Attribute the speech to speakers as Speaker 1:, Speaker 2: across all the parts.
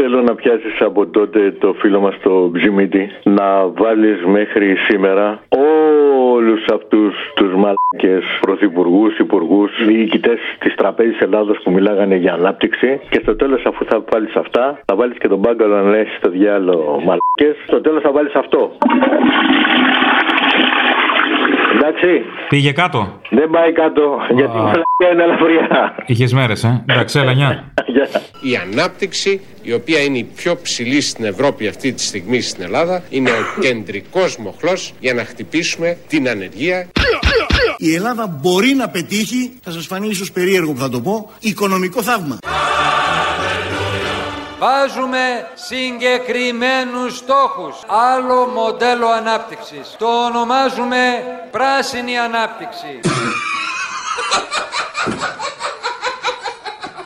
Speaker 1: Θέλω να πιάσεις από τότε το φίλο μας το Ψιμίτη να βάλεις μέχρι σήμερα όλους αυτούς τους μαλακές πρωθυπουργούς, υπουργούς, διοικητές της Τραπέζης Ελλάδος που μιλάγανε για ανάπτυξη και στο τέλος αφού θα βάλεις αυτά θα βάλεις και τον μπάγκαλο να έχεις το διάλογο μαλακές στο τέλος θα βάλεις αυτό. Εντάξει.
Speaker 2: Πήγε κάτω.
Speaker 1: Δεν πάει κάτω, γιατί η μαλακιά είναι ελαφριά.
Speaker 2: Είχες μέρες, ε. Εντάξει, έλα, νιά.
Speaker 3: Η ανάπτυξη, η οποία είναι η πιο ψηλή στην Ευρώπη αυτή τη στιγμή στην Ελλάδα, είναι ο κεντρικός μοχλός για να χτυπήσουμε την ανεργία.
Speaker 4: Η Ελλάδα μπορεί να πετύχει, θα σας φανεί ίσως περίεργο που θα το πω, οικονομικό θαύμα.
Speaker 5: Βάζουμε συγκεκριμένους στόχους, άλλο μοντέλο ανάπτυξης. Το ονομάζουμε πράσινη ανάπτυξη.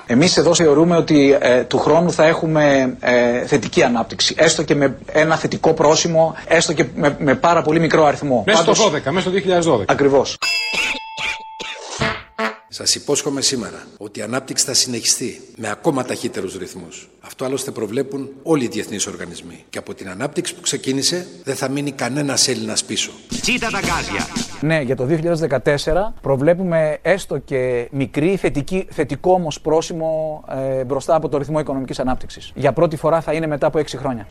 Speaker 6: Εμείς εδώ θεωρούμε ότι ε, του χρόνου θα έχουμε ε, θετική ανάπτυξη. Έστω και με ένα θετικό πρόσημο, έστω και με, με πάρα πολύ μικρό αριθμό.
Speaker 7: Μέσα στο 12, μέσα στο 2012.
Speaker 6: Ακριβώς.
Speaker 8: Σας υπόσχομαι σήμερα ότι η ανάπτυξη θα συνεχιστεί με ακόμα ταχύτερους ρυθμούς. Αυτό άλλωστε προβλέπουν όλοι οι διεθνείς οργανισμοί. Και από την ανάπτυξη που ξεκίνησε δεν θα μείνει κανένας Έλληνας πίσω.
Speaker 9: Τσίτα τα γκάζια.
Speaker 6: Ναι, για το 2014 προβλέπουμε έστω και μικρή θετική, θετικό όμως πρόσημο ε, μπροστά από το ρυθμό οικονομικής ανάπτυξης. Για πρώτη φορά θα είναι μετά από 6 χρόνια.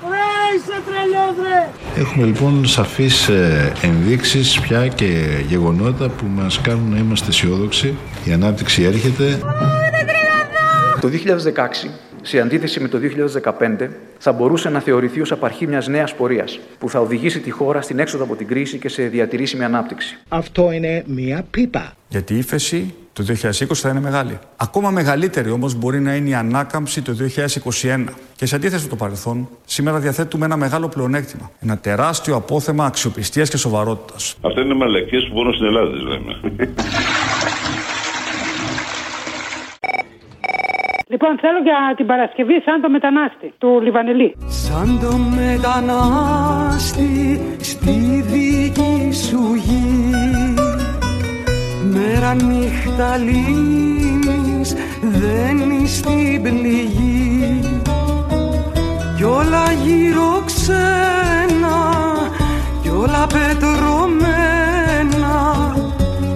Speaker 10: Έχουμε λοιπόν σαφείς ε, ενδείξεις πια και γεγονότα που μας κάνουν να είμαστε αισιόδοξοι. Η ανάπτυξη έρχεται.
Speaker 6: Το 2016, σε αντίθεση με το 2015, θα μπορούσε να θεωρηθεί ως απαρχή μιας νέας πορείας που θα οδηγήσει τη χώρα στην έξοδο από την κρίση και σε διατηρήσιμη ανάπτυξη.
Speaker 11: Αυτό είναι μία πίπα.
Speaker 12: Γιατί η ύφεση το 2020 θα είναι μεγάλη. Ακόμα μεγαλύτερη όμως μπορεί να είναι η ανάκαμψη το 2021. Και σε αντίθεση με το παρελθόν, σήμερα διαθέτουμε ένα μεγάλο πλεονέκτημα. Ένα τεράστιο απόθεμα αξιοπιστίας και σοβαρότητας.
Speaker 13: Αυτά είναι μαλακίες που μόνο στην Ελλάδα τις λέμε.
Speaker 14: Λοιπόν, θέλω για την Παρασκευή σαν το μετανάστη του Λιβανελή.
Speaker 15: Σαν το μετανάστη στη δική σου γη Μέρα νύχτα λύνεις, δένεις την πληγή Κι όλα γύρω ξένα, κι όλα πετρωμένα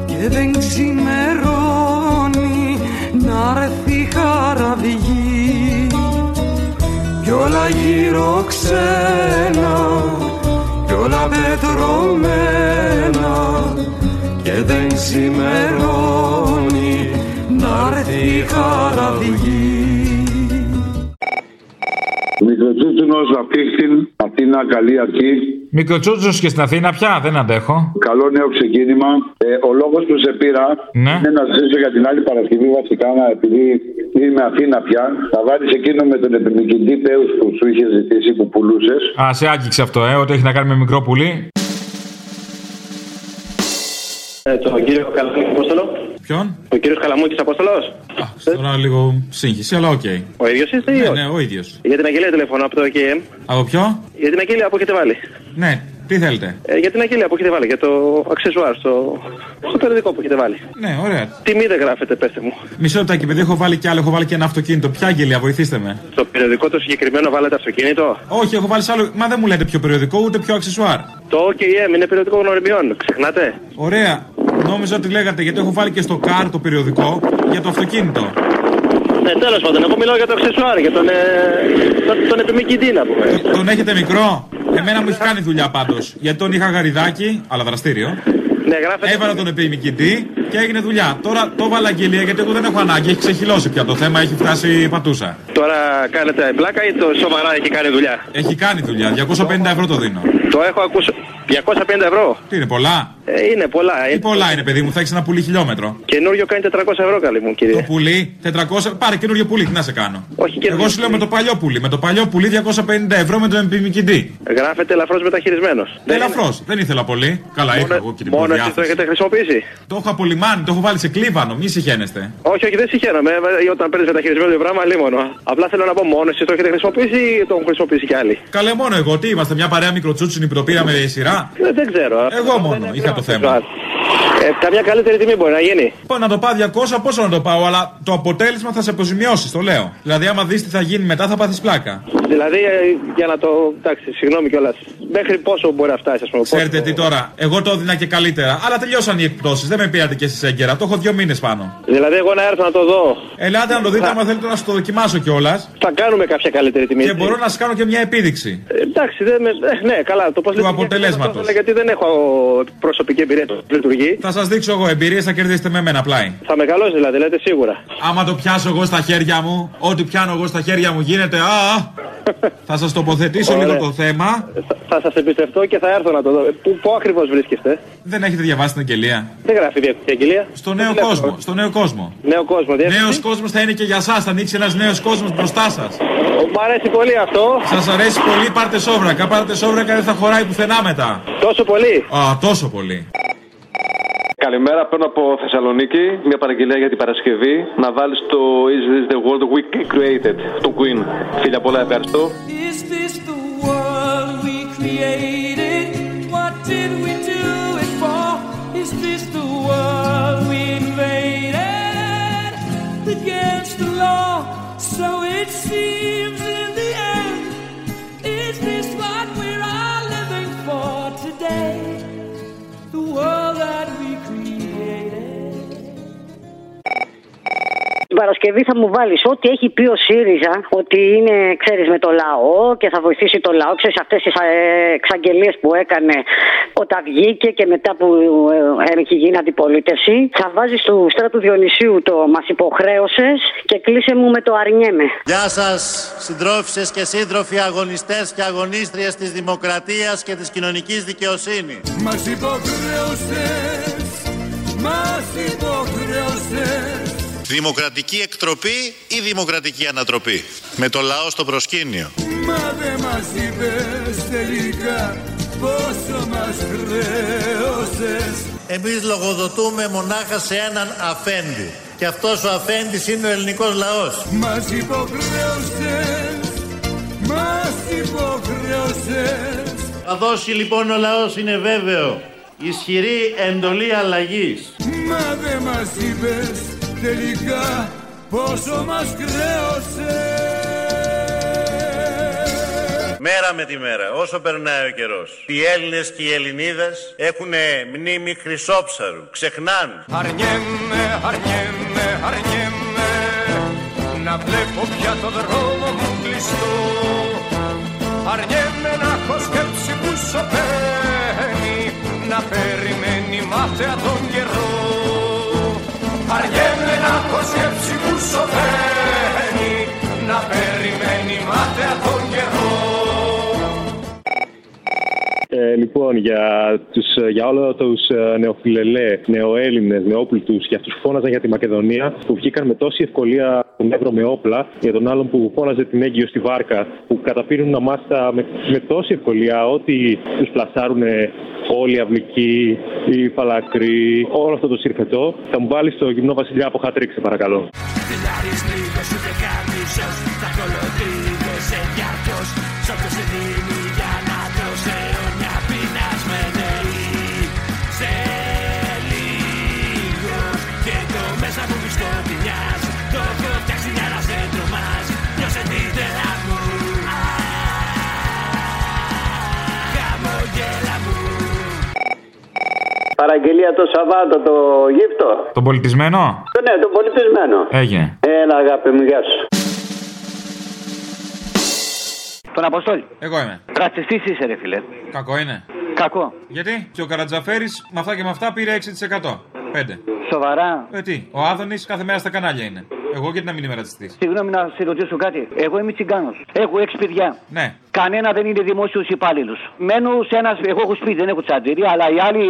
Speaker 15: Και δεν ξημερώνει να έρθει χαραυγή Κι όλα γύρω ξένα, κι όλα πετρωμένα και δεν ξημερώνει να έρθει η χαραυγή.
Speaker 16: Μικροτσούτσουνος απίχθην, Αθήνα, καλή αρχή.
Speaker 2: Μικροτσούτσο και στην Αθήνα πια, δεν αντέχω.
Speaker 16: Καλό νέο ξεκίνημα. Ε, ο λόγος που σε πήρα
Speaker 2: Ναι.
Speaker 16: είναι να ζήσω για την άλλη Παρασκευή βασικά, να, επειδή είμαι Αθήνα πια. Θα βάλεις εκείνο με τον επιμηκυντή Θεούς που σου είχε ζητήσει που πουλούσες.
Speaker 2: Α, σε άγγιξε αυτό, ε, ότι έχει να κάνει με μικρό πουλί.
Speaker 17: Ε, τον κύριο Καλαμούκης Απόστολο.
Speaker 2: Ποιον?
Speaker 17: Ο κύριος Καλαμούκης Απόστολος.
Speaker 2: Τώρα λίγο σύγχυση, αλλά οκ.
Speaker 17: Ο ίδιος είστε ή
Speaker 2: Ναι,
Speaker 17: όχι?
Speaker 2: ναι, ο ίδιος.
Speaker 17: Για την αγγελία τηλεφωνώ από το ΕΚΕΜ.
Speaker 2: Από ποιο?
Speaker 17: Για την αγγελία που έχετε βάλει.
Speaker 2: Ναι, τι θέλετε.
Speaker 17: Ε, για την αγγελία που έχετε βάλει. Για το αξεσουάρ στο, στο περιοδικό που έχετε βάλει.
Speaker 2: Ναι, ωραία.
Speaker 17: Τιμή δεν γράφετε, πετε μου.
Speaker 2: Μισό λεπτάκι, παιδί, έχω βάλει κι άλλο, έχω βάλει και ένα αυτοκίνητο. Ποια αγγελία, βοηθήστε με.
Speaker 17: Στο περιοδικό το συγκεκριμένο βάλετε αυτοκίνητο.
Speaker 2: Όχι, έχω βάλει σ' άλλο. Μα δεν μου λέτε πιο περιοδικό, ούτε πιο αξεσουάρ.
Speaker 17: Το OKM είναι περιοδικό γνωριμιών. Ξεχνάτε.
Speaker 2: Ωραία. Νόμιζα ότι λέγατε γιατί έχω βάλει και στο καρ το περιοδικό για το αυτοκίνητο.
Speaker 17: Ναι, τέλος πάντων, εγώ μιλάω για το αξεσουάρ, για τον, ε, τον, τον επιμηκυντή να πούμε.
Speaker 2: Τον έχετε μικρό. Εμένα μου έχει κάνει δουλειά πάντως. Γιατί τον είχα γαριδάκι, αλλά δραστήριο.
Speaker 17: Ναι, γράφετε.
Speaker 2: Έβαλα τον επιμηκητή και έγινε δουλειά. Τώρα το βάλα αγγελία γιατί εγώ δεν έχω ανάγκη. Έχει ξεχυλώσει πια το θέμα, έχει φτάσει πατούσα.
Speaker 17: Τώρα κάνετε πλάκα ή το σοβαρά έχει κάνει δουλειά.
Speaker 2: Έχει κάνει δουλειά. 250 ευρώ το δίνω.
Speaker 17: Το έχω ακούσει. 250 ευρώ.
Speaker 2: Τι είναι πολλά.
Speaker 17: Ε, είναι πολλά.
Speaker 2: Τι πολλά είναι, παιδί μου, θα έχεις ένα πουλί χιλιόμετρο.
Speaker 17: Καινούριο κάνει 400 ευρώ, καλή μου
Speaker 2: Το
Speaker 17: κύριε.
Speaker 2: πουλί, 400. Πάρε καινούριο πουλί, τι να σε κάνω.
Speaker 17: Ε. Όχι, και
Speaker 2: Εγώ σου λέω με το παλιό πουλί. Με το παλιό πουλί 250 ευρώ με τον επιμηκητή.
Speaker 17: Γράφεται ελαφρώς μεταχειρισμένος.
Speaker 2: Ελαφρώς, δεν ήθελα πολύ. Καλά, είχα εγώ και την
Speaker 17: Μόνο εσείς το
Speaker 2: προδιάθεση.
Speaker 17: έχετε χρησιμοποιήσει.
Speaker 2: Το έχω απολυμάνει, το έχω βάλει σε κλίβανο, μη συχαίνεστε.
Speaker 17: Όχι, όχι, δεν συγχαίρομαι. ε, Όταν παίρνεις μεταχειρισμένο το πράγμα, λίμωνο. Απλά θέλω να πω μόνο εσείς το έχετε χρησιμοποιήσει ή το έχουν χρησιμοποιήσει κι άλλοι.
Speaker 2: Καλέ μόνο εγώ, τι είμαστε, μια παρέα μικροτσούτσινη που το πήραμε σειρά.
Speaker 17: Ε, δεν ξέρω.
Speaker 2: Εγώ μόνο είχα το θέμα.
Speaker 17: Ε, καμιά καλύτερη τιμή μπορεί να γίνει.
Speaker 2: Πω να το πάω 200, πόσο να το πάω, αλλά το αποτέλεσμα θα σε αποζημιώσει, το λέω. Δηλαδή, άμα δεις τι θα γίνει μετά, θα πάθεις πλάκα.
Speaker 17: Δηλαδή, ε, για να το. Εντάξει, συγγνώμη κιόλας. Μέχρι πόσο μπορεί να φτάσει, ας πούμε. πόσο-
Speaker 2: Ξέρετε τι τώρα, εγώ το έδινα και καλύτερα. Αλλά τελειώσαν οι εκπτώσεις, δεν με πήρατε και εσείς έγκαιρα. Το έχω δύο μήνες πάνω.
Speaker 17: Δηλαδή, εγώ να έρθω να το δω.
Speaker 2: Ελάτε να το δείτε, άμα θέλετε να σας το δοκιμάσω κιόλας.
Speaker 17: Θα κάνουμε κάποια καλύτερη τιμή.
Speaker 2: Και μπορώ να σας κάνω και μια επίδειξη.
Speaker 17: Ε, Εντάξει, δεν με... ε, ναι, καλά. Το πώς
Speaker 2: Του αποτελέσματο.
Speaker 17: Γιατί δεν έχω προσωπική εμπειρία που λειτουργεί.
Speaker 2: Θα σας δείξω εγώ εμπειρίες, θα κερδίσετε με εμένα πλάι.
Speaker 17: Θα μεγαλώσει δηλαδή, λέτε σίγουρα.
Speaker 2: Άμα το πιάσω εγώ στα χέρια μου, ό,τι πιάνω εγώ στα χέρια μου γίνεται. Α, α. θα σας τοποθετήσω λίγο
Speaker 17: Ωραία.
Speaker 2: το θέμα.
Speaker 17: Θα σας εμπιστευτώ και θα έρθω να το δω. Ε, Πού, πού ακριβώς βρίσκεστε,
Speaker 2: Δεν έχετε διαβάσει την αγγελία.
Speaker 17: Δεν γράφει η αγγελία.
Speaker 2: Στο νέο κόσμο. Στο νέο κόσμο.
Speaker 17: Νέο κόσμο, διεύθυνση.
Speaker 2: Νέος κόσμος θα είναι και για εσά. Θα ανοίξει ένας νέος κόσμος μπροστά σας.
Speaker 17: Μ' αρέσει πολύ αυτό.
Speaker 2: Σας αρέσει πολύ, πάρτε σόβρακα. Πάρτε σόβρακα, δεν θα χωράει πουθενά μετά.
Speaker 17: Τόσο πολύ.
Speaker 2: Α, τόσο πολύ.
Speaker 9: Καλημέρα, παίρνω από Θεσσαλονίκη. Μια παραγγελία για την Παρασκευή. Να βάλεις το Is This the World We Created του Queen. Φίλια πολλά, ευχαριστώ.
Speaker 15: Is this the world we created? What did we do it for? Is this the world we invaded against the law? So it seems in the end. Is this what we're all living for today? The world that we created.
Speaker 18: Την Παρασκευή θα μου βάλεις ό,τι έχει πει ο ΣΥΡΙΖΑ ότι είναι, ξέρεις, με το λαό και θα βοηθήσει το λαό. Ξέρεις αυτές τις εξαγγελίες που έκανε όταν βγήκε και μετά που ε, έχει γίνει αντιπολίτευση. Θα βάζεις του στράτου Διονυσίου το μας υποχρέωσες και κλείσε μου με το αρνιέμαι.
Speaker 19: Γεια σας συντρόφισσες και σύντροφοι αγωνιστές και αγωνίστριες της δημοκρατίας και της κοινωνικής δικαιοσύνης.
Speaker 15: Μας υποχρέωσες, μας υποχρέωσες
Speaker 19: Δημοκρατική εκτροπή ή δημοκρατική ανατροπή. Με το λαό στο προσκήνιο.
Speaker 15: Μα δεν μας είπες τελικά πόσο μας χρέωσες
Speaker 19: Εμείς λογοδοτούμε μονάχα σε έναν αφέντη. Και αυτός ο αφέντης είναι ο ελληνικός λαός.
Speaker 15: Μας υποχρέωσες, μας υποχρέωσες
Speaker 19: Θα δώσει λοιπόν ο λαός είναι βέβαιο. Ισχυρή εντολή αλλαγής.
Speaker 15: Μα δεν μας είπες τελικά πόσο μας χρέωσες
Speaker 19: Μέρα με τη μέρα, όσο περνάει ο καιρός, οι Έλληνες και οι Ελληνίδες έχουν μνήμη χρυσόψαρου, ξεχνάνε.
Speaker 15: Αρνιέμαι, αρνιέμαι, αρνιέμαι Να βλέπω πια το δρόμο μου κλειστό Αρνιέμαι να έχω σκέψη που σωπαίνει Να περιμένει μάταια τον καιρό Αρνιέμαι να έχω σκέψη που σωπαίνει Να περιμένει μάταια τον καιρό
Speaker 20: Ε, λοιπόν, για, τους, ε, για όλο τους ε, νεοφιλελέ, νεοέλληνες, νεόπλουτους και αυτούς που φώναζαν για τη Μακεδονία, που βγήκαν με τόση ευκολία τον Εύρο με όπλα, για τον άλλον που φώναζε την Έγκυο στη βάρκα, που καταπίνουν να μάστα με, με τόση ευκολία ότι τους πλασάρουν όλοι οι αυλικοί, οι φαλακροί, όλο αυτό το συρφετό. Θα μου βάλεις στο γυμνό βασιλιά από χατρίξε παρακαλώ.
Speaker 15: Φιλάρις λίγος ούτε καμίσος Τα κολοτίδες σε διάρκος Σ' όποιος σε δίνει για να τρως αιώνια πεινασμένοι Σε λίγος Και το μέσα μου μισθό μοιάζει Το έχω φτιάξει για να σε τρομάζει Νιώσε τη δερά μου Α, Χαμογέλα μου
Speaker 21: Παραγγελία το Σαββάτο, το γύφτο.
Speaker 2: Τον πολιτισμένο.
Speaker 21: Το ναι, το πολιτισμένο.
Speaker 2: Έγινε.
Speaker 21: Έλα, αγάπη μου, γεια σου.
Speaker 22: Τον Αποστόλη.
Speaker 2: Εγώ είμαι.
Speaker 22: Ρατσιστή είσαι, ρε φίλε.
Speaker 2: Κακό είναι.
Speaker 22: Κακό.
Speaker 2: Γιατί και ο Καρατζαφέρης με αυτά και με αυτά πήρε 6%. 5.
Speaker 22: Σοβαρά.
Speaker 2: Ε, τι. Ο Άδωνης κάθε μέρα στα κανάλια είναι. Εγώ γιατί να μην είμαι ρατσιστής.
Speaker 22: Συγγνώμη να σε ρωτήσω κάτι. Εγώ είμαι τσιγκάνος. Έχω έξι παιδιά.
Speaker 2: Ναι.
Speaker 22: Κανένα δεν είναι δημόσιος υπάλληλος. Μένω σε ένας. Εγώ έχω σπίτι, δεν έχω τσαντήρι, αλλά οι άλλοι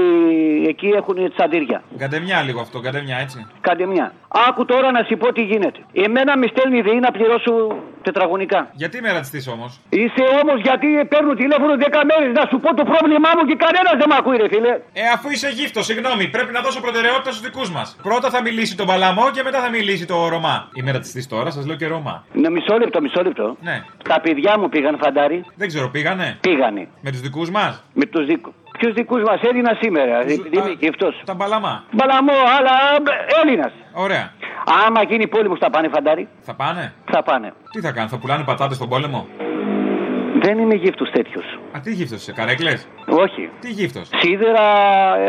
Speaker 22: εκεί έχουν τσαντήρια.
Speaker 2: Κατεμιά λίγο αυτό, κατεμιά έτσι.
Speaker 22: Κάντε μια. Άκου τώρα να σου πω τι γίνεται. Εμένα με στέλνει η ΔΕΗ να πληρώσω τετραγωνικά.
Speaker 2: Γιατί είμαι ρατσιστή όμως.
Speaker 22: Είσαι όμως γιατί παίρνω τηλέφωνο 10 μέρες να σου πω το πρόβλημά μου και κανένας δεν με ακούει, ρε φίλε.
Speaker 2: Ε, αφού είσαι γύφτο, συγγνώμη, πρέπει να δώσω προτεραιότητα στους δικούς μας. Πρώτα θα μιλήσει τον Παλαμό και μετά θα μιλήσει το Ρωμά. Είμαι ρατσιστή τώρα, σας λέω και Ρωμά.
Speaker 22: Ναι, μισό λεπτό, μισό λεπτό.
Speaker 2: Ναι.
Speaker 22: Τα παιδιά μου πήγαν φαντάρι.
Speaker 2: Δεν ξέρω, πήγανε.
Speaker 22: Πήγανε.
Speaker 2: Με τους δικούς μας.
Speaker 22: Με τους δικού. Ποιους δικούς μας Έλληνας σήμερα, επειδή είμαι γευτό.
Speaker 2: Τα μπαλαμά.
Speaker 22: Μπαλαμό, αλλά Έλληνας.
Speaker 2: Ωραία.
Speaker 22: Άμα γίνει πόλεμος θα πάνε φαντάρι.
Speaker 2: Θα πάνε.
Speaker 22: Θα πάνε.
Speaker 2: Τι θα κάνουν, θα πουλάνε πατάτες στον πόλεμο.
Speaker 6: Δεν είμαι γύφτος τέτοιος.
Speaker 2: Α, τι γύφτος είσαι, καρέκλες.
Speaker 6: Όχι.
Speaker 2: Τι γύφτος.
Speaker 6: Σίδερα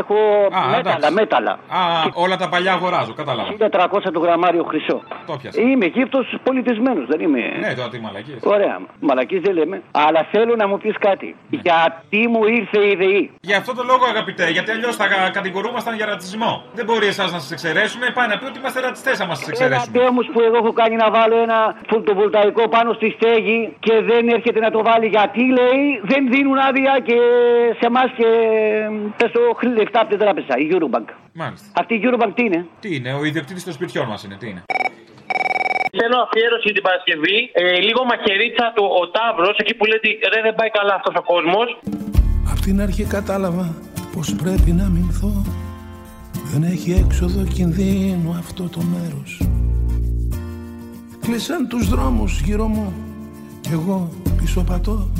Speaker 6: έχω μέταλλα,
Speaker 2: εντάξει.
Speaker 6: μέταλλα.
Speaker 2: Α, όλα τα παλιά αγοράζω, κατάλαβα.
Speaker 6: 1400 το γραμμάριο χρυσό.
Speaker 2: Το πιάσα.
Speaker 6: Είμαι γύφτος πολιτισμένος, δεν είμαι.
Speaker 2: Ναι, τώρα τι μαλακίε.
Speaker 6: Ωραία, μαλακής δεν λέμε. Αλλά θέλω να μου πεις κάτι. Γιατί μου ήρθε η ΔΕΗ.
Speaker 2: Γι' αυτό το λόγο, αγαπητέ, γιατί αλλιώς θα κα- κατηγορούμασταν για ρατσισμό. Δεν μπορεί εσάς να σας εξαιρέσουμε. Πάει να πει ότι είμαστε ρατσιστές άμα σας εξαιρέσουμε.
Speaker 6: Ένα όμως που εγώ έχω κάνει να βάλω ένα φωτοβολταϊκό πάνω στη στέγη και δεν έρχεται να το βάλει γιατί λέει δεν δίνουν άδεια και σε εμάς και πες το χρ- λεφτά από την τράπεζα, η Eurobank.
Speaker 2: Μάλιστα.
Speaker 6: Αυτή η Eurobank τι είναι.
Speaker 2: Τι είναι, ο ιδιοκτήτης των σπιτιών μας είναι, τι είναι.
Speaker 15: Θέλω αφιέρωση την Παρασκευή. Ε, λίγο μαχαιρίτσα του ο Ταύρος, εκεί που λέει ότι ρε, δεν πάει καλά αυτός ο κόσμος.
Speaker 19: Απ' την αρχή κατάλαβα πως πρέπει να μηνθώ Δεν έχει έξοδο κινδύνου αυτό το μέρος Κλείσαν τους δρόμους γύρω μου Κι εγώ πίσω πατώ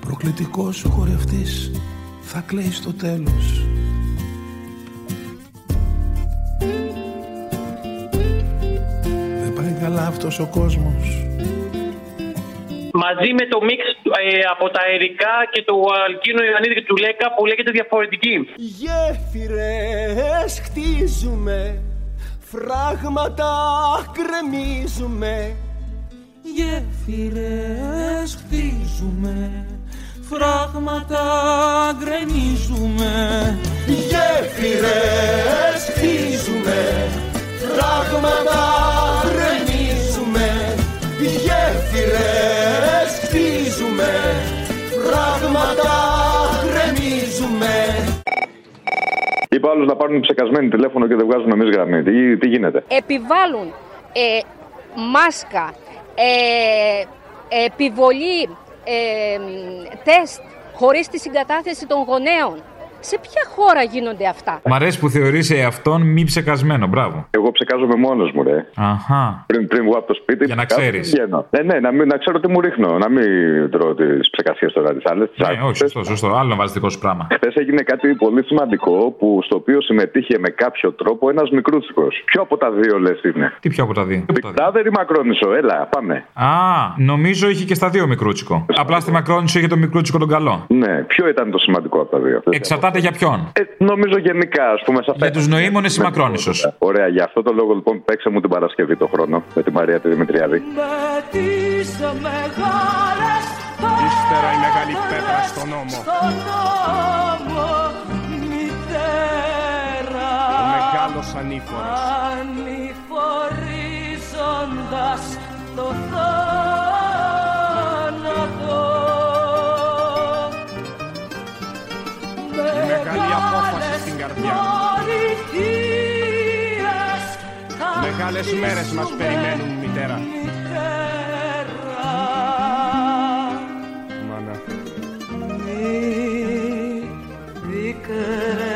Speaker 19: Προκλητικός χορευτής θα κλαίει στο τέλος Δεν πάει καλά αυτός ο κόσμος
Speaker 15: Μαζί με το μίξ ε, από τα Ερικά και του Αλκίνου Ιωαννίδη και του Λέκα που λέγεται διαφορετική.
Speaker 23: Γέφυρες χτίζουμε, φράγματα κρεμίζουμε. Γέφυρες χτίζουμε, φράγματα γκρεμίζουμε. Γέφυρες χτίζουμε, φράγματα γκρεμίζουμε. Γέφυρες χτίζουμε, φράγματα γκρεμίζουμε.
Speaker 22: Είπα άλλους να πάρουν ψεκασμένοι τηλέφωνο και δεν βγάζουμε εμείς γραμμή. Τι, τι γίνεται.
Speaker 24: επιβάλλουν ε, μάσκα, ε, επιβολή ε, μ, τεστ χωρίς τη συγκατάθεση των γονέων. Σε ποια χώρα γίνονται αυτά.
Speaker 2: Μ' αρέσει που θεωρείς εαυτόν μη ψεκασμένο, μπράβο.
Speaker 22: Εγώ ψεκάζομαι μόνος μου, ρε.
Speaker 2: Αχα.
Speaker 22: Πριν, πριν βγω από το σπίτι. Για
Speaker 2: να ξέρεις.
Speaker 22: Ναι, ναι, να, μην, να ξέρω τι μου ρίχνω. Να μην τρώω τις ψεκασίες τώρα τις άλλες.
Speaker 2: Ναι, όχι, σωστό, σωστό. Άλλο να βάζει δικό σου πράγμα.
Speaker 22: Χθες έγινε κάτι πολύ σημαντικό που, στο οποίο συμμετείχε με κάποιο τρόπο ένας μικρούτσικος. Ποιο από τα δύο λες είναι.
Speaker 2: Τι πιο από τα δύο.
Speaker 22: Δικτάδερ ή μακρόνισο, έλα, πάμε.
Speaker 2: Α, νομίζω είχε και στα δύο μικρούτσικο. Απλά στη Μακρόνισο είχε το μικρούτσικο τον καλό.
Speaker 22: Ναι, ποιο ήταν το σημαντικό από τα δύο.
Speaker 2: Εξαρτάται για ποιον.
Speaker 22: Ε, νομίζω γενικά, ας πούμε, σε αυτά. Για τους
Speaker 2: νοήμονες η
Speaker 22: Μακρόνισο. Ωραία, για αυτό το λόγο λοιπόν παίξε μου την Παρασκευή το χρόνο με τη Μαρία τη Δημητριάδη.
Speaker 25: Με τις μεγάλες
Speaker 26: Ύστερα η μεγάλη πέτρα στον νόμο.
Speaker 25: στον νόμο μητέρα
Speaker 26: Ο μεγάλος ανήφορος.
Speaker 25: ανηφορίζοντας το θάνατο.
Speaker 26: Η μεγάλη απόφαση στην καρδιά.
Speaker 25: Πολιτείες θα
Speaker 26: Μεγάλες μέρες μας
Speaker 25: χτίσουμε
Speaker 26: περιμένουν μητέρα.
Speaker 25: μητέρα.
Speaker 26: Μάνα.
Speaker 25: Μη δικαιολογείς